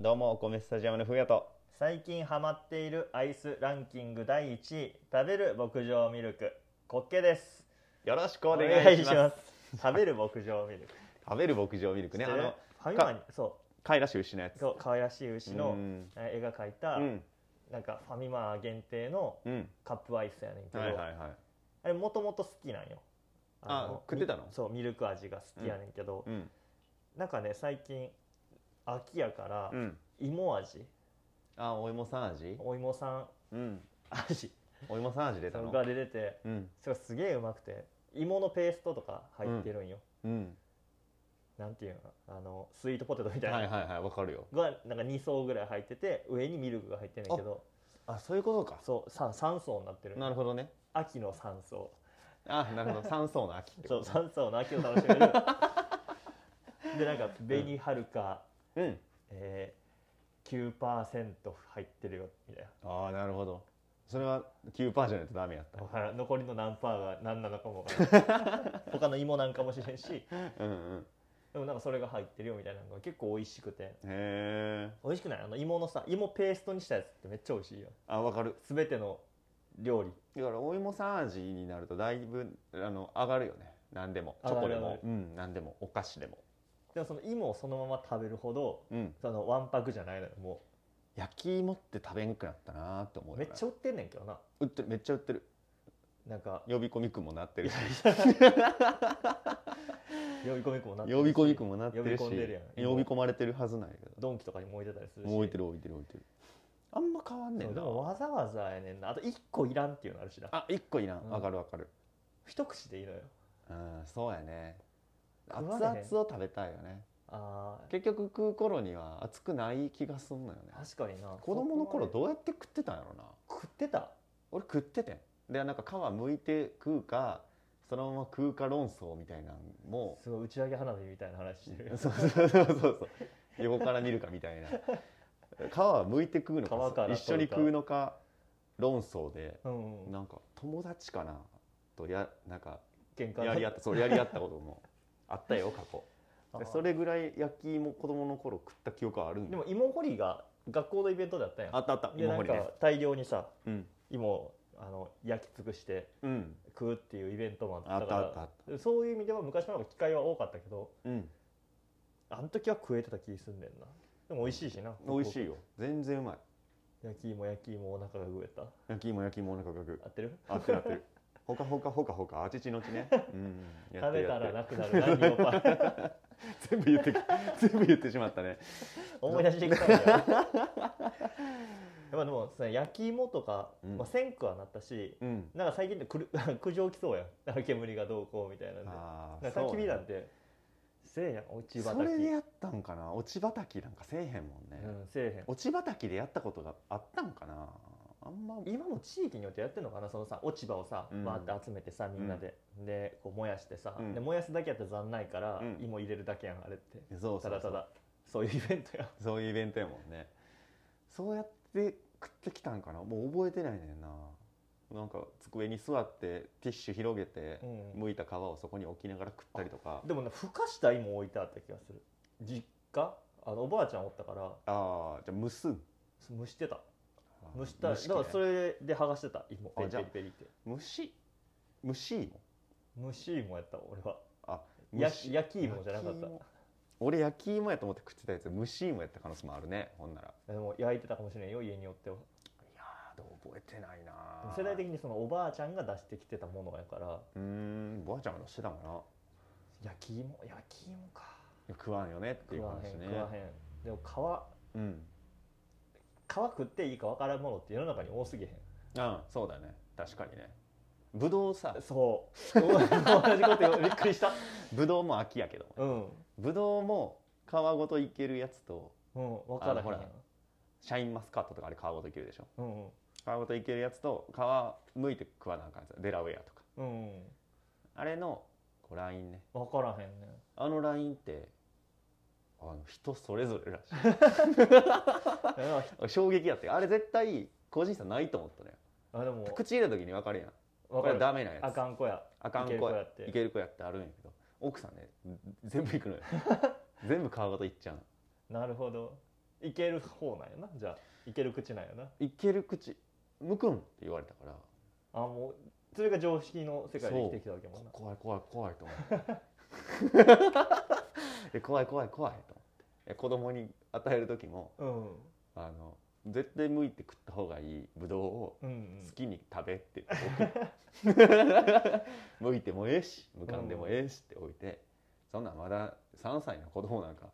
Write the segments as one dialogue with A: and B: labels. A: お米スタジアムのふうやと最近ハマっているアイスランキング第1位食べる牧場ミルクコッケです
B: よろしくお願いします
A: す食べる牧場ミルク
B: 食べる牧場ミ ルクねあの
A: ファミマにそ
B: カイラシ牛のや
A: う
B: つ
A: そう可愛らしい牛の
B: うん
A: え絵が描いた、
B: うん
A: なんかファミマ限定の
B: うん
A: カップアイスやねんけど、
B: はいはいはい
A: あれもともと好きなんよ
B: あ食ってたの
A: みそうミルク味が好きやねんけど、
B: うん
A: なんかね最近秋やから
B: うん
A: 芋味、
B: あお芋さん味
A: お芋さん
B: うん
A: 味
B: お芋さん味出たの
A: が出てて
B: うん
A: それすげえうまくて芋のペーストとか入ってるんよ、
B: うん
A: なんていうのあのスイートポテトみた
B: はいい
A: な、
B: はいはいわかるよ
A: がなんか2層ぐらい入ってて上にミルクが入ってんねんけど
B: あそういうことか
A: そう 3, 三層になってる
B: なるほどね
A: 秋の3層
B: あなるほど三層の 秋って
A: そ
B: こ
A: う
B: とね
A: 3層の秋を楽しめるでなんか紅はるか、
B: うん
A: えー、9%入ってるよみたいな
B: ああなるほどそれは9パーじゃないとダメやった
A: わからん残りの何パーが何なのかもわからん他の芋なんかもしれんし
B: うんうん
A: でもなんかそれが入ってるよみたいなのが結構美味しくて
B: へえ
A: 美味しくないあの芋のさ芋ペーストにしたやつってめっちゃ美味しいよ
B: あわかる
A: 全ての料理
B: だからお芋さん味になるとだいぶあの上がるよね何でもチョ
A: 上が
B: コで
A: る上が
B: も
A: る
B: うん何でもお菓子でも
A: でもその芋をそのまま食べるほど
B: うん
A: そのわんぱくじゃないのよも
B: 焼き芋って食べんくなったなと思
A: う
B: う
A: めっちゃ売ってんねんけどな
B: 売ってるめっちゃ売ってる
A: なんか
B: 呼び込みくんもなってるし
A: 呼び込みく もなって
B: 呼び込みくんもなって
A: 呼び
B: るし
A: 込んでるやん
B: 呼び込まれてるはずなんやけ
A: ドンキとかにも置いてたりする
B: ど
A: し
B: もう置いてる置いてる置いてるあんま変わんね
A: そうんで
B: な
A: もわざわざやねんなあと1個いらんっていうのあるしな
B: あ一個いらん
A: うん
B: わかるわかる
A: 一口でいいのよ
B: うんそうやね熱
A: 食わ
B: 々
A: れへん
B: を食べたいよね
A: あー
B: 結局食う頃には熱くない気がすんのよね
A: 確かにな
B: 子供の頃
A: そこ
B: どうやって食ってたんやろな
A: まで食ってた
B: 俺食っててんでなんか皮剥いて食うかそのまま食うか論争みたいなんも
A: すごい打ち上げ花火みたいな話してる
B: そうそうそうそうそう横から見るかみたいな皮は剥いて食うの
A: 皮
B: か
A: から
B: 一緒に食うのか論争で
A: うんうん
B: なんか友達かなとやなんか
A: 喧嘩
B: やり合ったそうやり合ったこともあったよ過去
A: あ
B: で
A: ー
B: それぐらい焼き芋子供の頃食った記憶はあるん
A: で
B: だ
A: も芋掘りが学校のイベントだったやん
B: あったあった
A: で
B: 芋
A: な
B: 掘
A: ん
B: りね
A: か大量にさ
B: うん
A: 芋をあの焼き尽くして
B: うん
A: 食うっていうイベントもあ
B: あ
A: っ
B: ったた
A: か
B: あったあ
A: ら
B: っ
A: そういう意味では昔の方が機会は多かったけど
B: たうん
A: あの時は食えてた気すんねんなでも美味しいしな
B: 美味しいよ全然うまい
A: 焼き芋焼き芋お腹が食えた
B: 焼き芋焼き芋お腹がく
A: 合ってる
B: 合ってる合ってるほかほかほかほかあちちのちね、うん、やって
A: 食べ
B: るやって
A: たら
B: る
A: なくなる何をパ ン
B: 全部言って 全部言ってしまったね
A: 思い出してき たんだよやっぱでもさ焼き芋とか、
B: うん
A: まあ、1000個はなったし
B: うん
A: なんか最近ってくる 苦情来そうやんなんか煙がどうこうみたいなんで
B: あ
A: な
B: あ
A: んか焚き火なんてせえへん落ち
B: そ
A: 畑
B: うねそれでやったんかな落ち畑なんかせえへんもんね、
A: うんせえへん
B: 落ち畑でやったことがあったんかなあんま
A: 今も地域によってやってるのかなそのさ落ち葉をさ
B: うん
A: バーって集めてさ、みんなででこう燃やしてさ、
B: うん
A: で燃やすだけやったら残んないから、
B: うん
A: 芋入れるだけやんあれって
B: そうそ
A: た
B: う
A: だ
B: そ
A: た
B: う
A: だそういうイベントや
B: そういうイベントやもんねそうやって食ってきたんかなもう覚えてないねんななんか机に座ってティッシュ広げて、
A: うん
B: 剥いた皮をそこに置きながら食ったりとか
A: でもねふかした芋置いてあった気がする実家あのおばあちゃんおったから
B: ああじゃあ蒸すん
A: 蒸してた
B: あ
A: 蒸した、
B: 器
A: だから
B: ね
A: それで剥がしてた芋ペリ
B: じゃ
A: ペ
B: あ
A: リペリって
B: 蒸し蒸し芋
A: 蒸し芋やった俺は
B: あ
A: や
B: 蒸し
A: 焼き芋じゃなかった
B: 焼き芋俺焼き芋やと思って食ってたやつ蒸し芋やった可能性もあるねほんなら
A: でも焼いてたかもしれんよ家によってはい
B: やーでも覚えてないなー
A: 世代的にそのおばあちゃんが出してきてたものやから
B: うーんおばあちゃんが出してたもんな
A: 焼き芋焼き芋か
B: 食わんよねっていう
A: 食わ
B: 話
A: へん
B: ね
A: 食わへんでも皮
B: うん
A: 皮食っていいか分からんものって世の中に多すぎへん
B: ああそうだね確かにねぶどうさ
A: そう同じこと言うびっく りした
B: ぶどうも秋やけど
A: うん
B: ぶどうも皮ごといけるやつと
A: うん分からへ
B: あの
A: ん
B: ほらシャインマスカットとかあれ皮ごといけるでしょ
A: うんうん
B: 皮ごといけるやつと皮むいて食わなあかんやつデラウェアとか
A: うんうん
B: あれのこうラインね
A: 分からへんね
B: あのラインってあの人それぞれらしい
A: だから
B: 俺衝撃やってあれ絶対個人差ないと思ったね
A: あでも
B: 口入れた時に分かるやん
A: 分
B: こ
A: か
B: れ
A: る
B: ダメなやつ
A: あかん子や
B: あかん
A: いける
B: 子
A: 子
B: や
A: や
B: っ
A: ってて
B: いける子やってあるんやけど 奥さんね全部いくのよ全部皮ごといっちゃう
A: なるほどいける方なんやなじゃあいける口なんやない
B: ける口むくんって言われたから
A: あもうそれが常識の世界で生きてきたわけもんな
B: 怖い怖い怖いと思って え怖い怖い怖いと思ってえ子供に与える時も
A: うん
B: あの絶対剥いて食った方がいいブドウを
A: うん
B: 好きに食べって置く剥いてもええし剥かんでもええしって置いてそんなんまだ3歳の子供なんか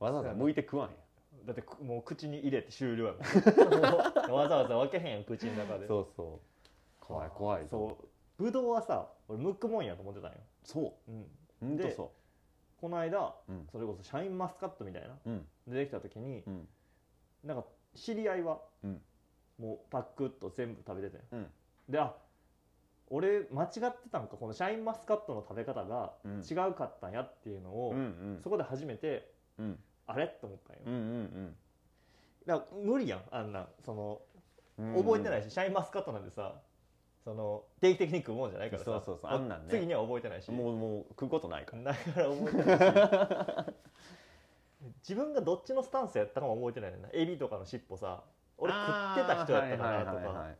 B: わざわざ剥いて食わんや
A: うんだってくもう口に入れて終了や もんもうわざわざ分けへんやん口の中で
B: そうそう怖い怖いと思って
A: そうぶどうはさ俺むくもんやと思ってたんよ、
B: そう
A: うん、
B: ほんと
A: で
B: そ
A: この間
B: ううん
A: それこそシャインマスカットみたいな
B: うん
A: 出てきた時に
B: うん
A: なんか知り合いは、
B: うん
A: もうパクッと全部食べてたよ
B: うん
A: であ俺間違ってたんかこのシャインマスカットの食べ方が
B: うん
A: 違うかったんやっていうのを、
B: うんうん
A: そこで初めて
B: うん
A: あれと思ったんよ、
B: うんうん
A: だから無理やんあんなんその
B: うんうん
A: 覚えてないし、シャインマスカットなんてさその定期的に食うもんじゃないからさ
B: そうそうそうあんなんね
A: 次には覚えてないし
B: もうもう食うことないから
A: だから覚えてないし 自分がどっちのスタンスやったかも覚えてないねんなエビとかの尻尾さ俺食ってた人やったかなとか、
B: あーはいはいはいはい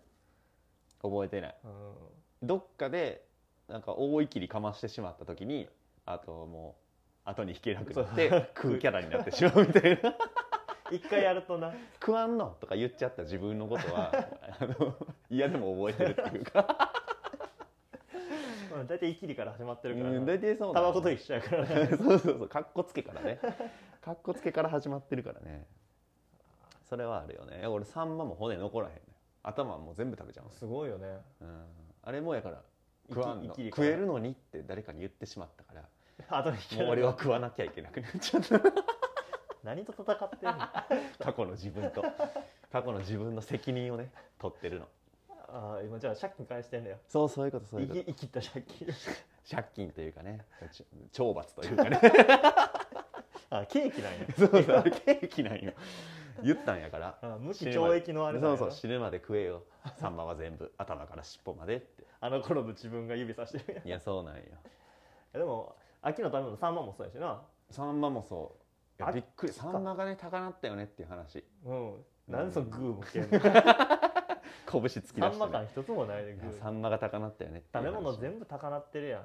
B: 覚えてない
A: うん
B: どっかでなんか思い切りかましてしまった時にあともう後に引けなくなって
A: そう
B: 食うキャラになってしまうみたいな
A: 一回やるとな
B: 食わんのとか言っちゃった自分のこと はあの嫌でも覚えてるっていうか
A: うん大体イキリから始まってるから な
B: うん大体そう
A: タバコと
B: と
A: 一緒やからね
B: そうそうそうかっこつけからねかっこつけから始まってるからねそれはあるよね俺サンマも骨残らへんのよ頭はもう全部食べちゃうん ですよ、
A: すごいよね
B: うん、あれもやから
A: いき
B: 食わんの
A: いきりか
B: 食えるのにって誰かに言ってしまったから
A: あとに引け
B: もう
A: な
B: 俺
A: い
B: は食わなきゃいけなくなっちゃった
A: 何と戦ってんの あ
B: 過去の自分 と過去の自分の責任をね取ってるの
A: あ今じゃあ借金返してんだよ
B: そうそういうことそうい
A: いう
B: こと
A: き生きった借金
B: 借金というかねち懲罰というか ね
A: あケーキなんや
B: そうそうケーキなんよ言ったんやから
A: あ無期懲役のあれなん
B: そうそ
A: やな
B: う死ぬまで食えよサンマは全部頭から尻尾までって
A: あの頃の自分が指さしてるやんい
B: いやそうなんよ
A: やでも秋の食べ物サンマもそうやしな
B: サンマもそういや
A: あ
B: びっくり
A: そっ
B: サ
A: か
B: ンマがね高なったよねっていう話
A: うん
B: ん
A: なんでそのグーもしてん のサ
B: 拳突き出して、ね、
A: ンマ感一つもないで
B: い
A: グ
B: や
A: ー
B: サンマが高なったよねっていう
A: 食
B: 話
A: べ物全部高なってるやん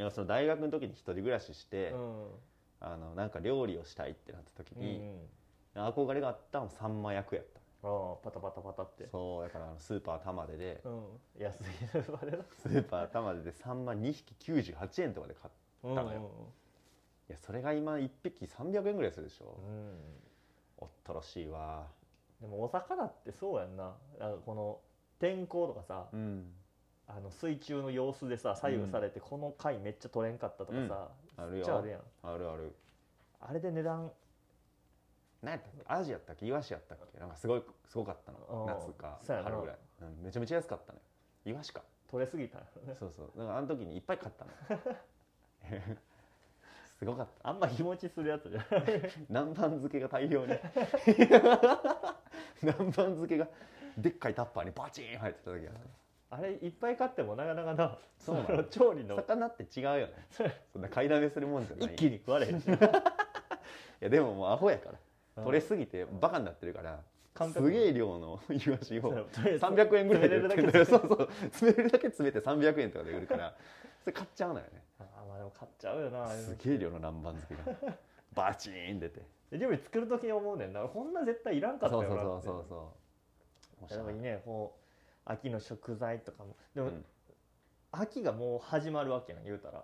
B: いやその大学の時に一人暮らしして、
A: うん
B: あのなんか料理をしたいってなった時
A: うんう
B: に、
A: ん
B: 憧れがあったのサンマ役やった
A: ああパタパタパタって
B: そうだからあのスーパー玉でで
A: うん安いスーパーでな
B: スーパー玉ででサンマ2匹98円とかで買っ
A: うん
B: のよいやそれが今1匹300円ぐらいするでしょ
A: う、んうん
B: おったらしいわ
A: でもお魚ってそうやんななんかこの天候とかさ、
B: うん
A: あの水中の様子でさ左右されて、この回めっちゃ取れんかったとかさ、
B: うんあ
A: め
B: る
A: っ
B: よ
A: ちゃあるやん
B: あるある
A: あれで値段
B: 何やったっけアジやったっけイワシやったっけなんかすごいすごかったの
A: あー
B: 夏か
A: そうやな
B: 春ぐらい、うんめちゃめちゃ安かったのよイワシか
A: 取れすぎたんやろね
B: そうそうだからあの時にいっぱい買ったの すごかった
A: あんま日持ちするやつ じゃない
B: 南蛮漬けが大 量に南蛮漬けがでっかいタッパーにバチーン入ってた時あった
A: あれいっぱい買ってもなかなかな
B: そうなの
A: の 調理の
B: 魚って違うよね
A: そう
B: そんな買いだめするもんじゃない
A: 一気に食われへんし
B: いやでももうアホやから
A: うん
B: 取れすぎてバカになってるから
A: 感覚
B: すげえ量のイワシを
A: そうとりあえず
B: 300円ぐらいで売って る
A: 詰
B: そう そう詰めるだけ詰めて300円とかで売るからそれ買っちゃうのよね
A: あーまあでも買っちゃうよなあれ
B: すげえ量の南蛮漬けが バチーン出て
A: で料理作る時に思うねんなこんな絶対いらんか
B: そう
A: った
B: そ
A: よ
B: う
A: なって
B: そうそうそう面白
A: いやでも
B: い
A: いいねこう秋の食材とかもでも、
B: うん
A: 秋がもう始まるわけやん言うたら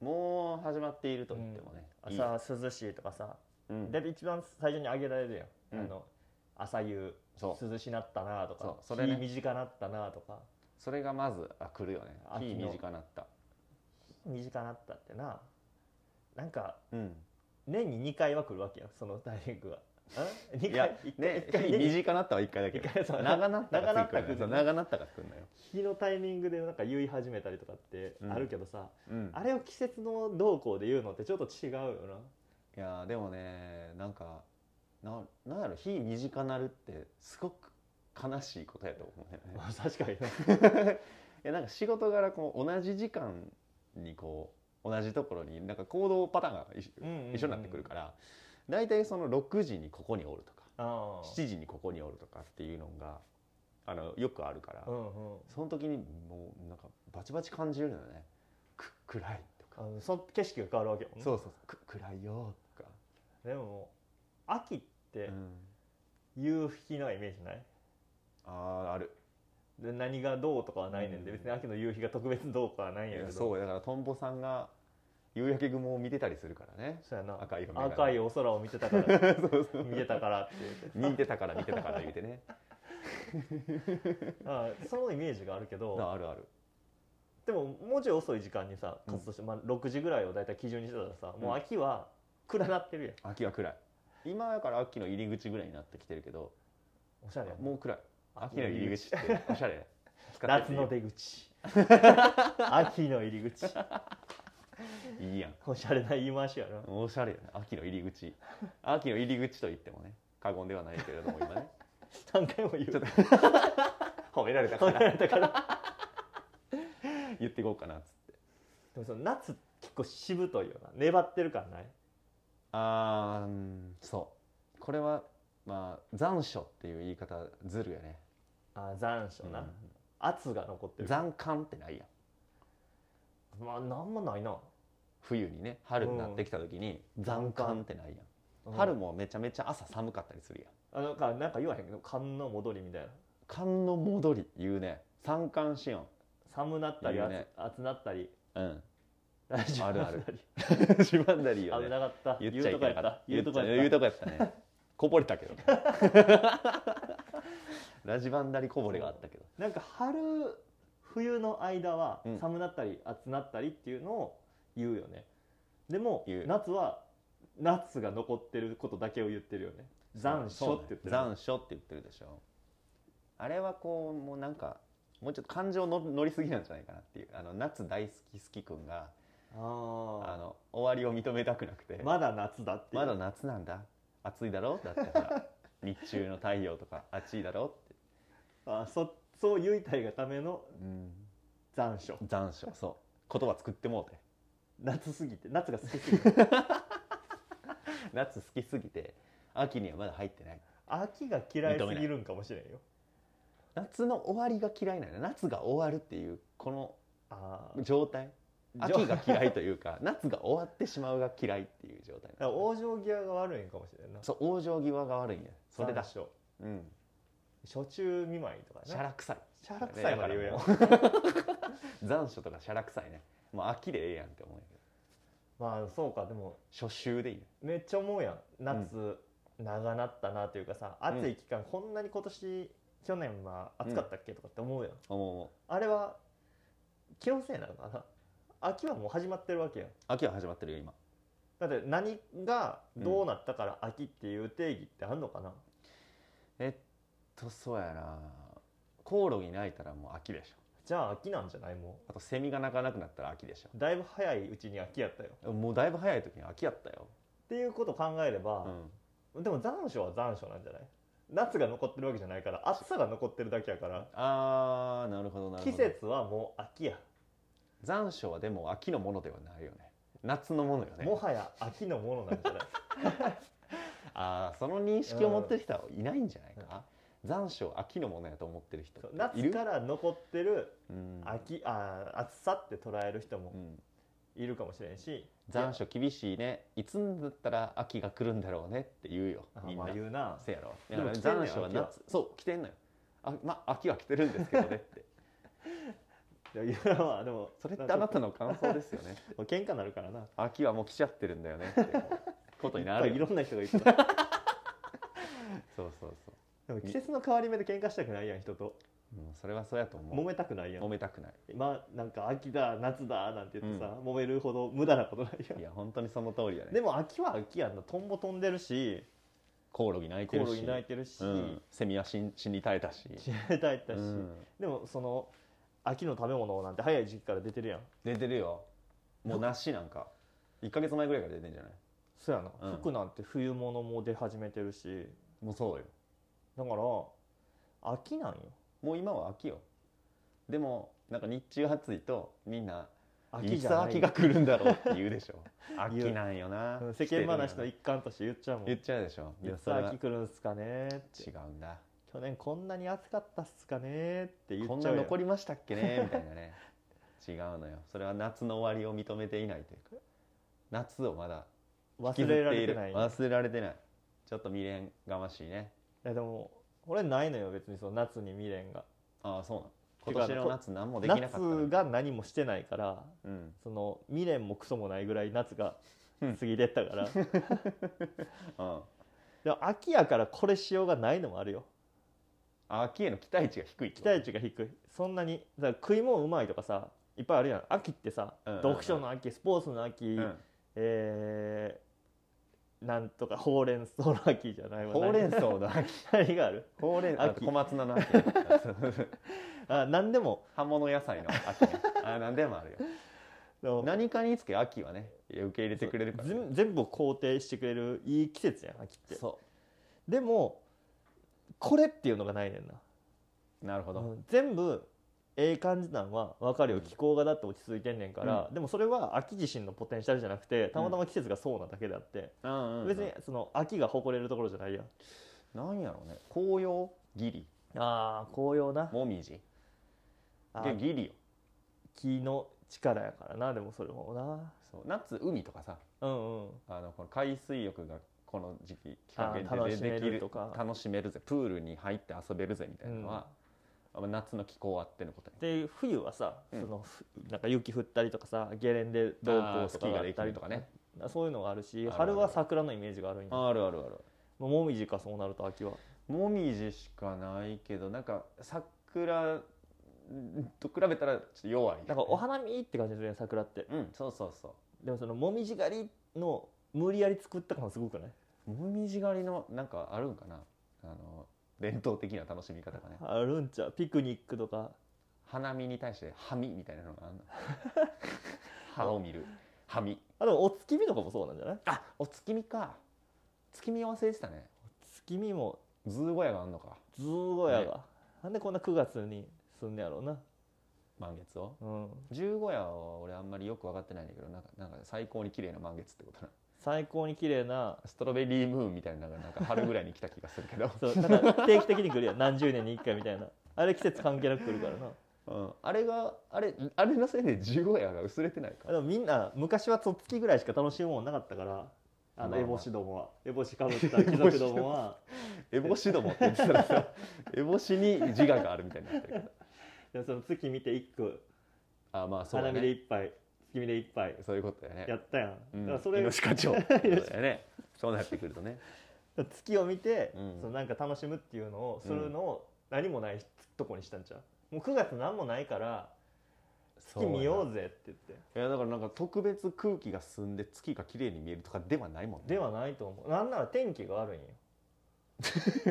B: もう始まっていると言ってもねいい
A: 朝涼しいとかさ
B: うん
A: だいたい一番最初に挙げられるや
B: う
A: ん、
B: ん
A: あの朝夕
B: そう
A: 涼しなったなとか
B: そうそれね
A: 日短なったなとか
B: それがまずあ来るよね
A: 秋
B: 日
A: の
B: 短なった
A: 短なったってななんか
B: うん
A: 年に2回は来るわけよそのタイミングが2
B: いや
A: 回1回,、
B: ね
A: 一回
B: 日
A: 年に
B: 短なったは1回だけ
A: 一回そう
B: 長なったが
A: 長なったが
B: 来
A: 来る
B: る
A: ね
B: そう長なったが来るのよ
A: 日のタイミングでなんか言い始めたりとかって
B: うん
A: あるけどさ、
B: うん
A: あれを季節の動向で言うのってちょっと違うよ
B: いやーでもねなんかななんやろ非短なるってすごく悲しいことやと思うよ
A: な、
B: ね
A: 確か にない
B: やなんか仕事柄こう同じ時間にこう同じところになんか行動パターンが一緒
A: うんうんうん
B: 一緒になってくるから大体その6時にここにおるとか
A: あー
B: 7時にここにおるとかっていうのがあのよくあるから、
A: うんうん
B: その時にもうなんかバチバチ感じるのよねく暗いとか、
A: あのその景色が変わるわけよ
B: そうそうそうく暗いよとか、
A: でも秋って
B: うん
A: 夕日のイメージない、
B: あーある
A: で何がどうとかはないねんで、
B: うん
A: 別に秋の夕日が特別どうかはないん
B: い
A: や
B: や
A: けど
B: そうだからトンボさんが夕焼け雲を見てたりするからね
A: そうやな
B: 赤い目がね
A: 赤いお空を見てたから
B: そうそう
A: 見てたからって言うて
B: 見てたから見てたから言うてね
A: あーそのイメージがあるけど
B: あるある
A: でももうちょい遅い時間にさ活動して、まあ、6時ぐらいを大体基準にしてたらさもう秋は暗なってるやん、
B: 秋は暗い今だから秋の入り口ぐらいになってきてるけど
A: おしゃれやん
B: もう暗い秋の入り口っておしゃれ
A: 夏の 出口秋の入り口
B: いいやん
A: おしゃれな言い回しやな
B: おしゃれやね秋の入り口秋の入り口と言ってもね過言ではないけれども今 ね
A: 何回も言
B: ちょっ
A: う
B: と 褒められたか
A: 褒めら
B: ら
A: れたから
B: 言っていこうかなっつって
A: でもその夏結構しぶといよな粘ってるからない
B: あーうんそうこれはまあ残暑っていう言い方ずるやね、
A: あー残暑な、
B: うん
A: 圧が残ってる
B: 残寒ってないやん
A: まあなんもないな、
B: 冬にね春になってきた時に残寒ってないやん、
A: うん
B: 春もめちゃめちゃ朝寒かったりするやん
A: あなんかなんか言わへんけど寒の戻りみたいな
B: 寒の戻り言うね三寒四温
A: 寒なったり
B: 言
A: 暑,、
B: うね
A: なったり
B: うん
A: あ
B: あるある自慢だりいいよ
A: 危
B: ね
A: なかった
B: 言っ
A: 言う
B: ちゃ
A: と
B: い
A: こ
B: け
A: や
B: な
A: っ
B: かった
A: た言うとこ
B: 言
A: や
B: う
A: った
B: とこやったねこぼれ たけどラジバンダリこぼれがあったけど
A: なんか春冬の間は
B: うん
A: 寒なったり暑なったりっていうのを言うよねでも
B: 言う
A: 夏は夏が残ってることだけを言ってるよね残暑って言って
B: そうね
A: る
B: 残暑って言ってるでしょあれはこうもうなんかもうちょっと感情の乗りすぎなんじゃないかなっていうあの夏大好き好きくんがあ
A: あ
B: の終わりを認めたくなくて
A: ーまだ夏だっていう
B: まだ夏なんだ暑いだろだってほ ら日中の太陽とか暑いだろって、
A: あそそう言いたいがための残暑
B: 残暑そう言葉作ってもうて
A: 夏すぎて夏が好き すぎて
B: 夏好きすぎて秋にはまだ入ってない
A: 秋が嫌いすぎるんかもしれんよ
B: 夏の終わりが嫌いなんだ夏が終わるっていうこの
A: あ
B: 状態
A: あ
B: 秋が嫌いというか 夏が終わってしまうが嫌いっていう状態なんだ
A: 往生際が悪いんかもしれんな
B: そう往生際が悪いんやそれだ
A: 残暑
B: うん
A: 初中見舞いとか
B: しゃらくさい
A: シャラ臭いまで言うやん
B: だ残暑とかしゃらくさいねもう秋でええやんって思うんやけど
A: まあそうかでも
B: 初秋でいいやん
A: めっちゃ思うやん夏、長なったなというかさ暑い期間、こんなに今年去年は暑かったっけ、とかって思うやん
B: 思う思う
A: あれは気のせいなのかな秋はもう始まってるわけやん
B: 秋は始まってるよ今
A: だって何がどうなったから秋っていう定義ってあんのかな、
B: えっとそうやなコオロギ鳴いたらもう秋でしょ
A: じゃあ秋なんじゃないも
B: あとセミが鳴かなくなったら秋でし
A: うだいぶ早いうちに秋やったよ
B: ょもうだいぶ早い時に秋やったよ、
A: っていうことを考えれば
B: う、ん、
A: でも残暑は残暑なんじゃない夏が残ってるわけじゃないから暑さが残ってるだけやから
B: あーなるほどなるほ
A: 季
B: ど
A: 節はもう秋や、
B: 残暑はでも秋のものではないよね夏のものよね
A: もはや秋のものな んじゃない
B: ああその認識を持ってる人はいないんじゃないか、残暑を秋のものやと思ってる人
A: そう
B: ってい
A: 夏
B: る
A: から残ってる
B: うん
A: 秋あー暑さって捉える人
B: う
A: も
B: ん、
A: いるかもしれんし
B: 残暑厳しいねいつになったら秋が来るんだろうねって言うよ
A: あ
B: み
A: ー
B: ん
A: ま
B: な
A: あ言うな
B: せやろ
A: でも
B: だ
A: 来
B: か
A: て
B: ら
A: んねん
B: 残暑は
A: 秋は
B: 夏そう来てんのよあまあ秋は来てるんですけどねって
A: いや言うなまあでも
B: それってあな
A: ちょ
B: たの感想ですよね
A: っと喧嘩になるからな
B: 秋はもう来ちゃってるんだよねってことになる
A: いっぱいい
B: よ
A: ろんな人がい るから
B: そうそうそ
A: でも季節の変わり目で喧嘩したくないやん人と
B: う、うん、それはそうやと思
A: 揉
B: う
A: めたくないや
B: 揉
A: ん
B: めたくない
A: まあなんか秋だ夏だなんて言ってさ、揉めるほど無駄なことないやん
B: いや本当にその通りやね
A: でも秋は秋やんなトンボ飛んでるし
B: コオロギ鳴いて
A: コオ
B: る
A: ロ
B: し
A: ギ鳴いてるし、
B: うん、セミは死ん死に絶えたし
A: 知らたいったし、
B: うん
A: でもその秋の食べ物なんて早い時期から出てるやん
B: 出てるよもう梨なんか1か月前ぐらいから出てんじゃない
A: そうやな、
B: うん
A: 服なんて冬物も出始めてるし
B: もうそうよ
A: だから秋なんよ
B: もう今は秋よでもなんか日中暑いとみんない
A: 秋じ
B: つ
A: ゃない
B: 秋が来るんだろうって言うで しょ秋なんよな
A: うん世間話
B: 来
A: の
B: てるよ
A: 一環として言っちゃうも
B: なん言
A: い
B: っちゃうでしょいや
A: つ
B: それは
A: 秋来るんすかねーって
B: 違うんだ
A: 去年こんなに暑かったっすかねーって言
B: こ
A: っ
B: ん
A: ちゃ
B: な
A: うやん
B: 残りましたっけ ねみたいなね違うのよそれは夏の終わりを認めていないというか夏をまだ
A: 忘れられて
B: 引きず
A: ない
B: っている忘れられてないちょっと未練がましいね
A: いやでも俺ないのよ別にその夏に未練が
B: ああそうなの
A: てか
B: 今年の夏何もできなかったね、
A: 夏が何もしてないから
B: うん、
A: その未練もクソもないぐらい夏が
B: うん
A: 過ぎてった から、
B: うん、
A: でも秋やからこれしようがないのもあるよ
B: 秋への期待値が低い
A: 期待値が低いそんなにだから食い物うまいとかさいっぱいあるやん秋ってさ、
B: うんうんうん
A: 読書の秋スポーツの秋、
B: うん、
A: えーなんとかほうれん草の秋じゃないわ
B: ほうれん草
A: 何
B: の 秋
A: 何がある
B: ほうれんあと
A: 秋
B: 小松菜の秋
A: あ何でも
B: 葉物野菜の秋ねあ何でもあるよ
A: でも
B: 何かにつけ秋はねいや受け入れてくれるからね、
A: 全全部を肯定してくれるいい季節やん秋って
B: そ
A: でもこれっていうのがないねんな
B: うなるほど、
A: うん全部ええ感じなんは分かるよ
B: うん
A: 気候がだって落ち着いてんねんから、でもそれは秋自身のポテンシャルじゃなくてたまたま季節がそうなだけであって、
B: うんうんうん
A: 別にその秋が誇れるところじゃないやん
B: なんやろうね紅葉ギリ
A: ああ紅葉な
B: もみじ
A: あ
B: で
A: ー
B: ギリよ
A: 木の力やからなでもそれもな
B: そう夏海とかさ
A: うんうん
B: あのこの海水浴がこの時期期間
A: あ
B: 限
A: ー楽
B: 定
A: し
B: で
A: め
B: でき
A: る
B: る
A: とか
B: 楽しめるぜプールに入って遊べるぜみたいなのは、あんま夏の気候あってのことやね
A: で冬はさ、
B: うん
A: そのふなんか雪降ったりとかさゲレンデどうこ
B: あー
A: う
B: スキ
A: とか
B: ー
A: が
B: が
A: あ
B: で
A: っ
B: き
A: た
B: る
A: り
B: と
A: と
B: か
A: か
B: ね
A: そういうのがあるし
B: あるある
A: 春は桜のイメージがあるんや
B: あるあるある
A: もうもみじかそうなると秋は
B: もみじしかないけどなんか桜と比べたらちょっと弱いよね
A: なんかお花見って感じするね桜って
B: うんそうそうそ
A: でもそのもみじ狩りの無理やり作った感すごくないう
B: もみじ狩りのなんかあるんかなあの伝統的な楽しみ方がね
A: あるんちゃうピクニックとか
B: 花見に対して「はみ」みたいなのがあん の歯を見る「はみ
A: あでもお月見とかもそうなんじゃない」
B: あお月見か月見忘れてたね
A: 月見も
B: ズーゴヤがあんのか
A: ずーごやが、
B: ね
A: なんでこんな9月にすんねやろうな
B: 満月を
A: うん
B: 十五夜は俺あんまりよく分かってないんだけどなんかなんか最高に綺麗な満月ってことな
A: 最高に綺麗な、
B: ストロベリームーンみたいなのがなんか春ぐらいに来た気がするけ ど
A: そうなんか定期的に来るやん何十年に1回みたいなあれ季節関係なく来るからな
B: うん、あれがあれあれのせいで十五夜が薄れてない
A: あ
B: か
A: でもみんな昔はとっつきぐらいしか楽しむもんなかったから
B: ま
A: あの
B: あ
A: 烏帽子どもは烏帽子かぶった貴族ども は
B: 烏帽子どもって言ってたら さ烏帽子に自我があるみたいになってるけど
A: でその月見て一句
B: あまあそう
A: 花
B: だ
A: 見で
B: ね
A: 一杯月見で一杯
B: そういうことだよね
A: やったやん、
B: うん、
A: だからそれ
B: 命課長そうだよねそうなってくるとね
A: 月を見て、
B: うん
A: そのなんか楽しむっていうのをするのを何もないとこにしたんちゃうもう9月何もないから月見ようぜって言って
B: いやだからなんか特別空気が澄んで月が綺麗に見えるとかではないもんね
A: ではないと思うなんなら天気が悪いんよ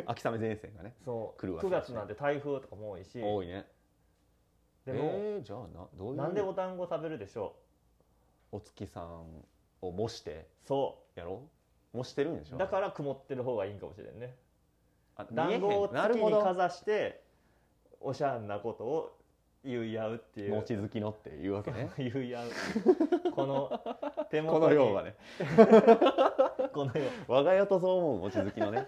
B: 秋雨前線がね
A: そう
B: 来るわけ
A: 9
B: だし
A: 月なんて台風とかも多いし
B: 多いね
A: でも、
B: えーじゃあなどういう
A: なんでお団子食べるでしょ
B: お月さんを模して
A: うそ
B: やろ模してるんでし
A: う
B: ょ
A: だから曇ってる方がいいんかもしれんね
B: あ見えへ
A: 団
B: ん
A: 子を
B: なる
A: 月
B: ほ
A: に
B: ど
A: かざしておしゃんなことを言い合うっていう
B: 餅好きのっていうわけ ね
A: 言い合 うこの手元
B: こ
A: に
B: のようはね
A: この世
B: 我が家とそう思う餅好きのね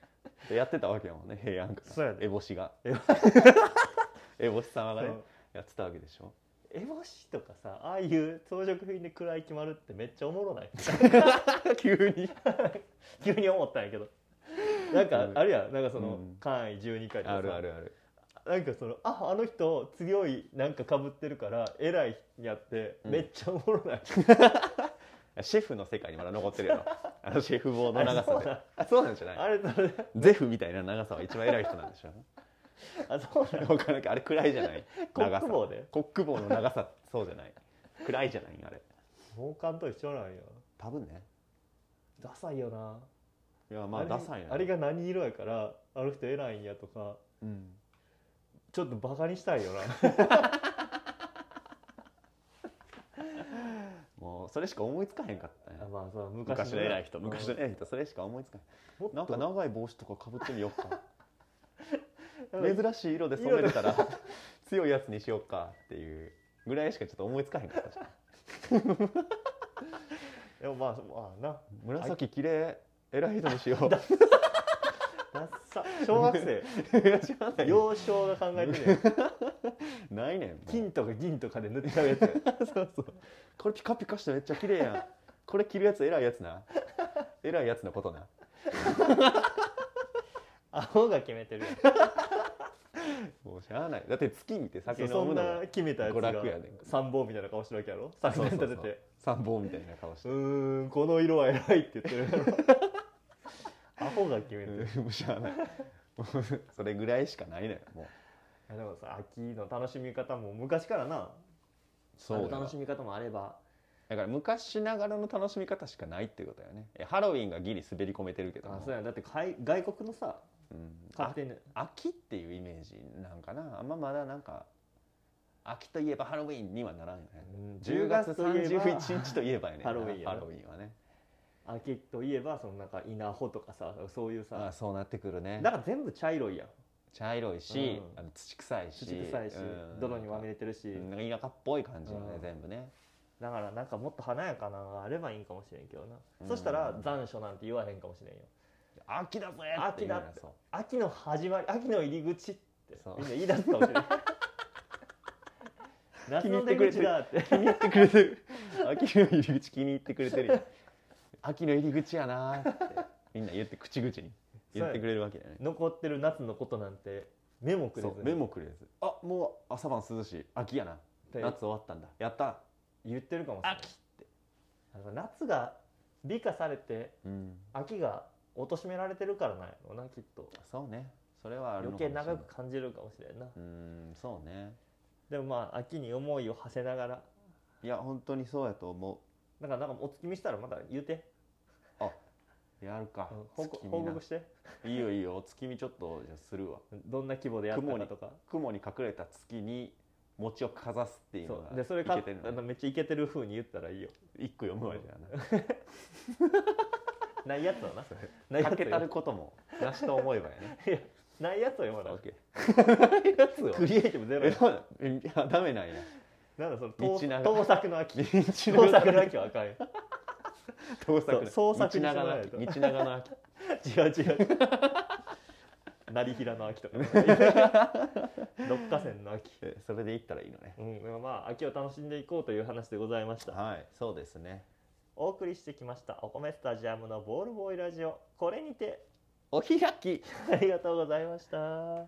B: でやってたわけやもんね平安から
A: そうやで
B: 烏帽子が
A: 烏
B: 烏帽子様がね
A: そう
B: やってたわけでし ょ
A: 烏帽子とかさああいう装飾品で位決まるってめっちゃおもろない
B: 急に
A: 急に思ったんやけどなんか
B: うん
A: あるやんなんかその
B: うん
A: 簡易12回とかさ
B: あるあるある
A: なんかそのああの人強いなんかかぶってるから偉いにやって
B: うん
A: めっちゃおもろない、
B: シェフの世界にまだ残って るやろあのシェフ棒の長さであそうなんじゃな
A: あ
B: い
A: れそれ
B: ゼフみたいな長さは一番偉い人なんでしょ
A: あそうなん
B: 分からんけどあれ暗いじゃない
A: コ
B: 長
A: ッ
B: さ
A: ク帽で
B: コック帽の長さそうじゃない暗いじゃないあれ
A: 傍観と一緒なんや
B: 多分ね
A: ダサいよない
B: やまあ
A: れ
B: ダサいな
A: あれが何色やからあの人偉いんやとか
B: うん
A: ちょっとバカにした いよな
B: もうそれしか思いつかへんかったね
A: あまあそう
B: 昔の偉い人
A: うん
B: 昔の偉い人それしか思いつかへ
A: もっ
B: んなんか
A: と
B: 長い帽子とかかぶってみようか
A: なんか
B: 珍しい色で染めれたら強いやつにしようかっていうぐらいしかちょっと思いつかへんかったじゃん
A: でもまあまあな
B: 紫綺麗偉い人にしよう
A: だダッサ 小学生
B: いや知ら ないよ
A: 幼少が考えてね
B: ないねんもう
A: 金とか銀とかで塗っちゃうやつ そうそう
B: これピカピカしてめっちゃ綺麗やんこれ着るやつ偉いやつな偉いやつのことな
A: 青が決めてるやん
B: もうしゃあないだって月見て酒
A: そ
B: 飲む
A: うそん
B: のが
A: な決めたやつ
B: 娯
A: が
B: 楽やねん
A: 参謀みたいな顔してるわけやろ
B: そ
A: さ
B: う
A: っき立
B: そうそ
A: て
B: う
A: て
B: 参謀みたいな顔し
A: う
B: て
A: ーんこの色は偉いって言ってるや ろアホが決めてる
B: うんもうしゃあない もうそれぐらいしかないのよもう
A: いやでもさ秋の楽しみ方も昔からな
B: そう
A: あ
B: や
A: る楽
B: わ
A: しみ方もあれば
B: だから昔ながらの楽しみ方しかないっていうことだよねえハロウィンがギリ滑り込めてるけども
A: あそうやだって海外国のさ
B: うん
A: 勝手に
B: 秋っていうイメージなんかなあんままだなんか秋といえばハロウィンにはならんよね
A: うん
B: 10
A: 10
B: 月
A: 月
B: 31日といえばやね
A: ハロウィンや
B: ハ
A: な
B: ロウィンはね
A: 秋といえばそのなんか稲穂とかさそういう
B: あ
A: さ
B: そうなってくるね
A: だから全部茶色いやん
B: 茶色いし、
A: うん
B: あの土臭いし
A: 土臭いし
B: うん
A: 泥にまみれてるし
B: なんか田舎っぽい感じよね、
A: うん
B: 全部ね
A: だからなんかもっと華やかなのがあればいいんかもしれんけどな
B: うん
A: そしたら残暑なんて言わへんかもしれんよ
B: 秋だぜって言
A: 秋
B: う
A: だ
B: な
A: って
B: そう
A: 秋の始まり秋の入り口って
B: そう
A: みんな言い出すかも しれない夏の出口だって
B: 気に入ってくれてる秋の入り口気に入ってくれてるよ秋の入り口やなーってみんな言って口々に言ってくれるわけだよね
A: 残ってる夏のことなんて目もくれず
B: そう
A: に
B: 目もくれずあもう朝晩涼しい秋やな
A: って
B: 夏終わったんだやった
A: 言ってるかもしれないなんか夏が美化されて
B: うん
A: 秋が貶としめられてるからなんやろうなきっと
B: そうねそれはある
A: 余
B: のかも
A: 計
B: しれない
A: 長く感じるかもしれんな
B: うんそうね
A: でもまあ秋に思いを馳せながら
B: いや本当にそうやと思
A: だからなんかお月見したらまた言うて、
B: うやるか
A: うん報
B: 月
A: 告
B: 見
A: 報
B: な
A: 告して
B: いいよいいよお月見ちょっとじゃあするわ
A: どんな規模でやったかとか
B: 雲に隠れた月に餅をかざすっていうの
A: そ
B: が
A: うでそれ
B: い
A: か
B: けてる
A: あ
B: の
A: の
B: ね
A: めっちゃイケてる風に言ったらいいよ
B: 一句読むわけやな
A: ないやつだな ないやつ
B: かけたる
A: よ
B: こともなしと思えばやね
A: いやないやつを読まない
B: やつを
A: クリエイティブゼロ
B: え
A: や
B: どうだいやダメなんや
A: なんだその
B: 道
A: 盗
B: 長
A: 盗作の秋
B: 道
A: 盗作の秋はあかんよ
B: 盗作の
A: そう創作
B: 道
A: に
B: 長の
A: 備
B: 秋
A: えと
B: 道長の秋
A: 違う違う 成平の秋 とか六花線の秋
B: えそれで行ったらいいのね
A: うんでもまあ秋を楽しんでいこうという話でございました
B: はいそうですね
A: お送りしてきましたお米スタジアムのボールボーイラジオこれにて
B: お開き
A: ありがとうございました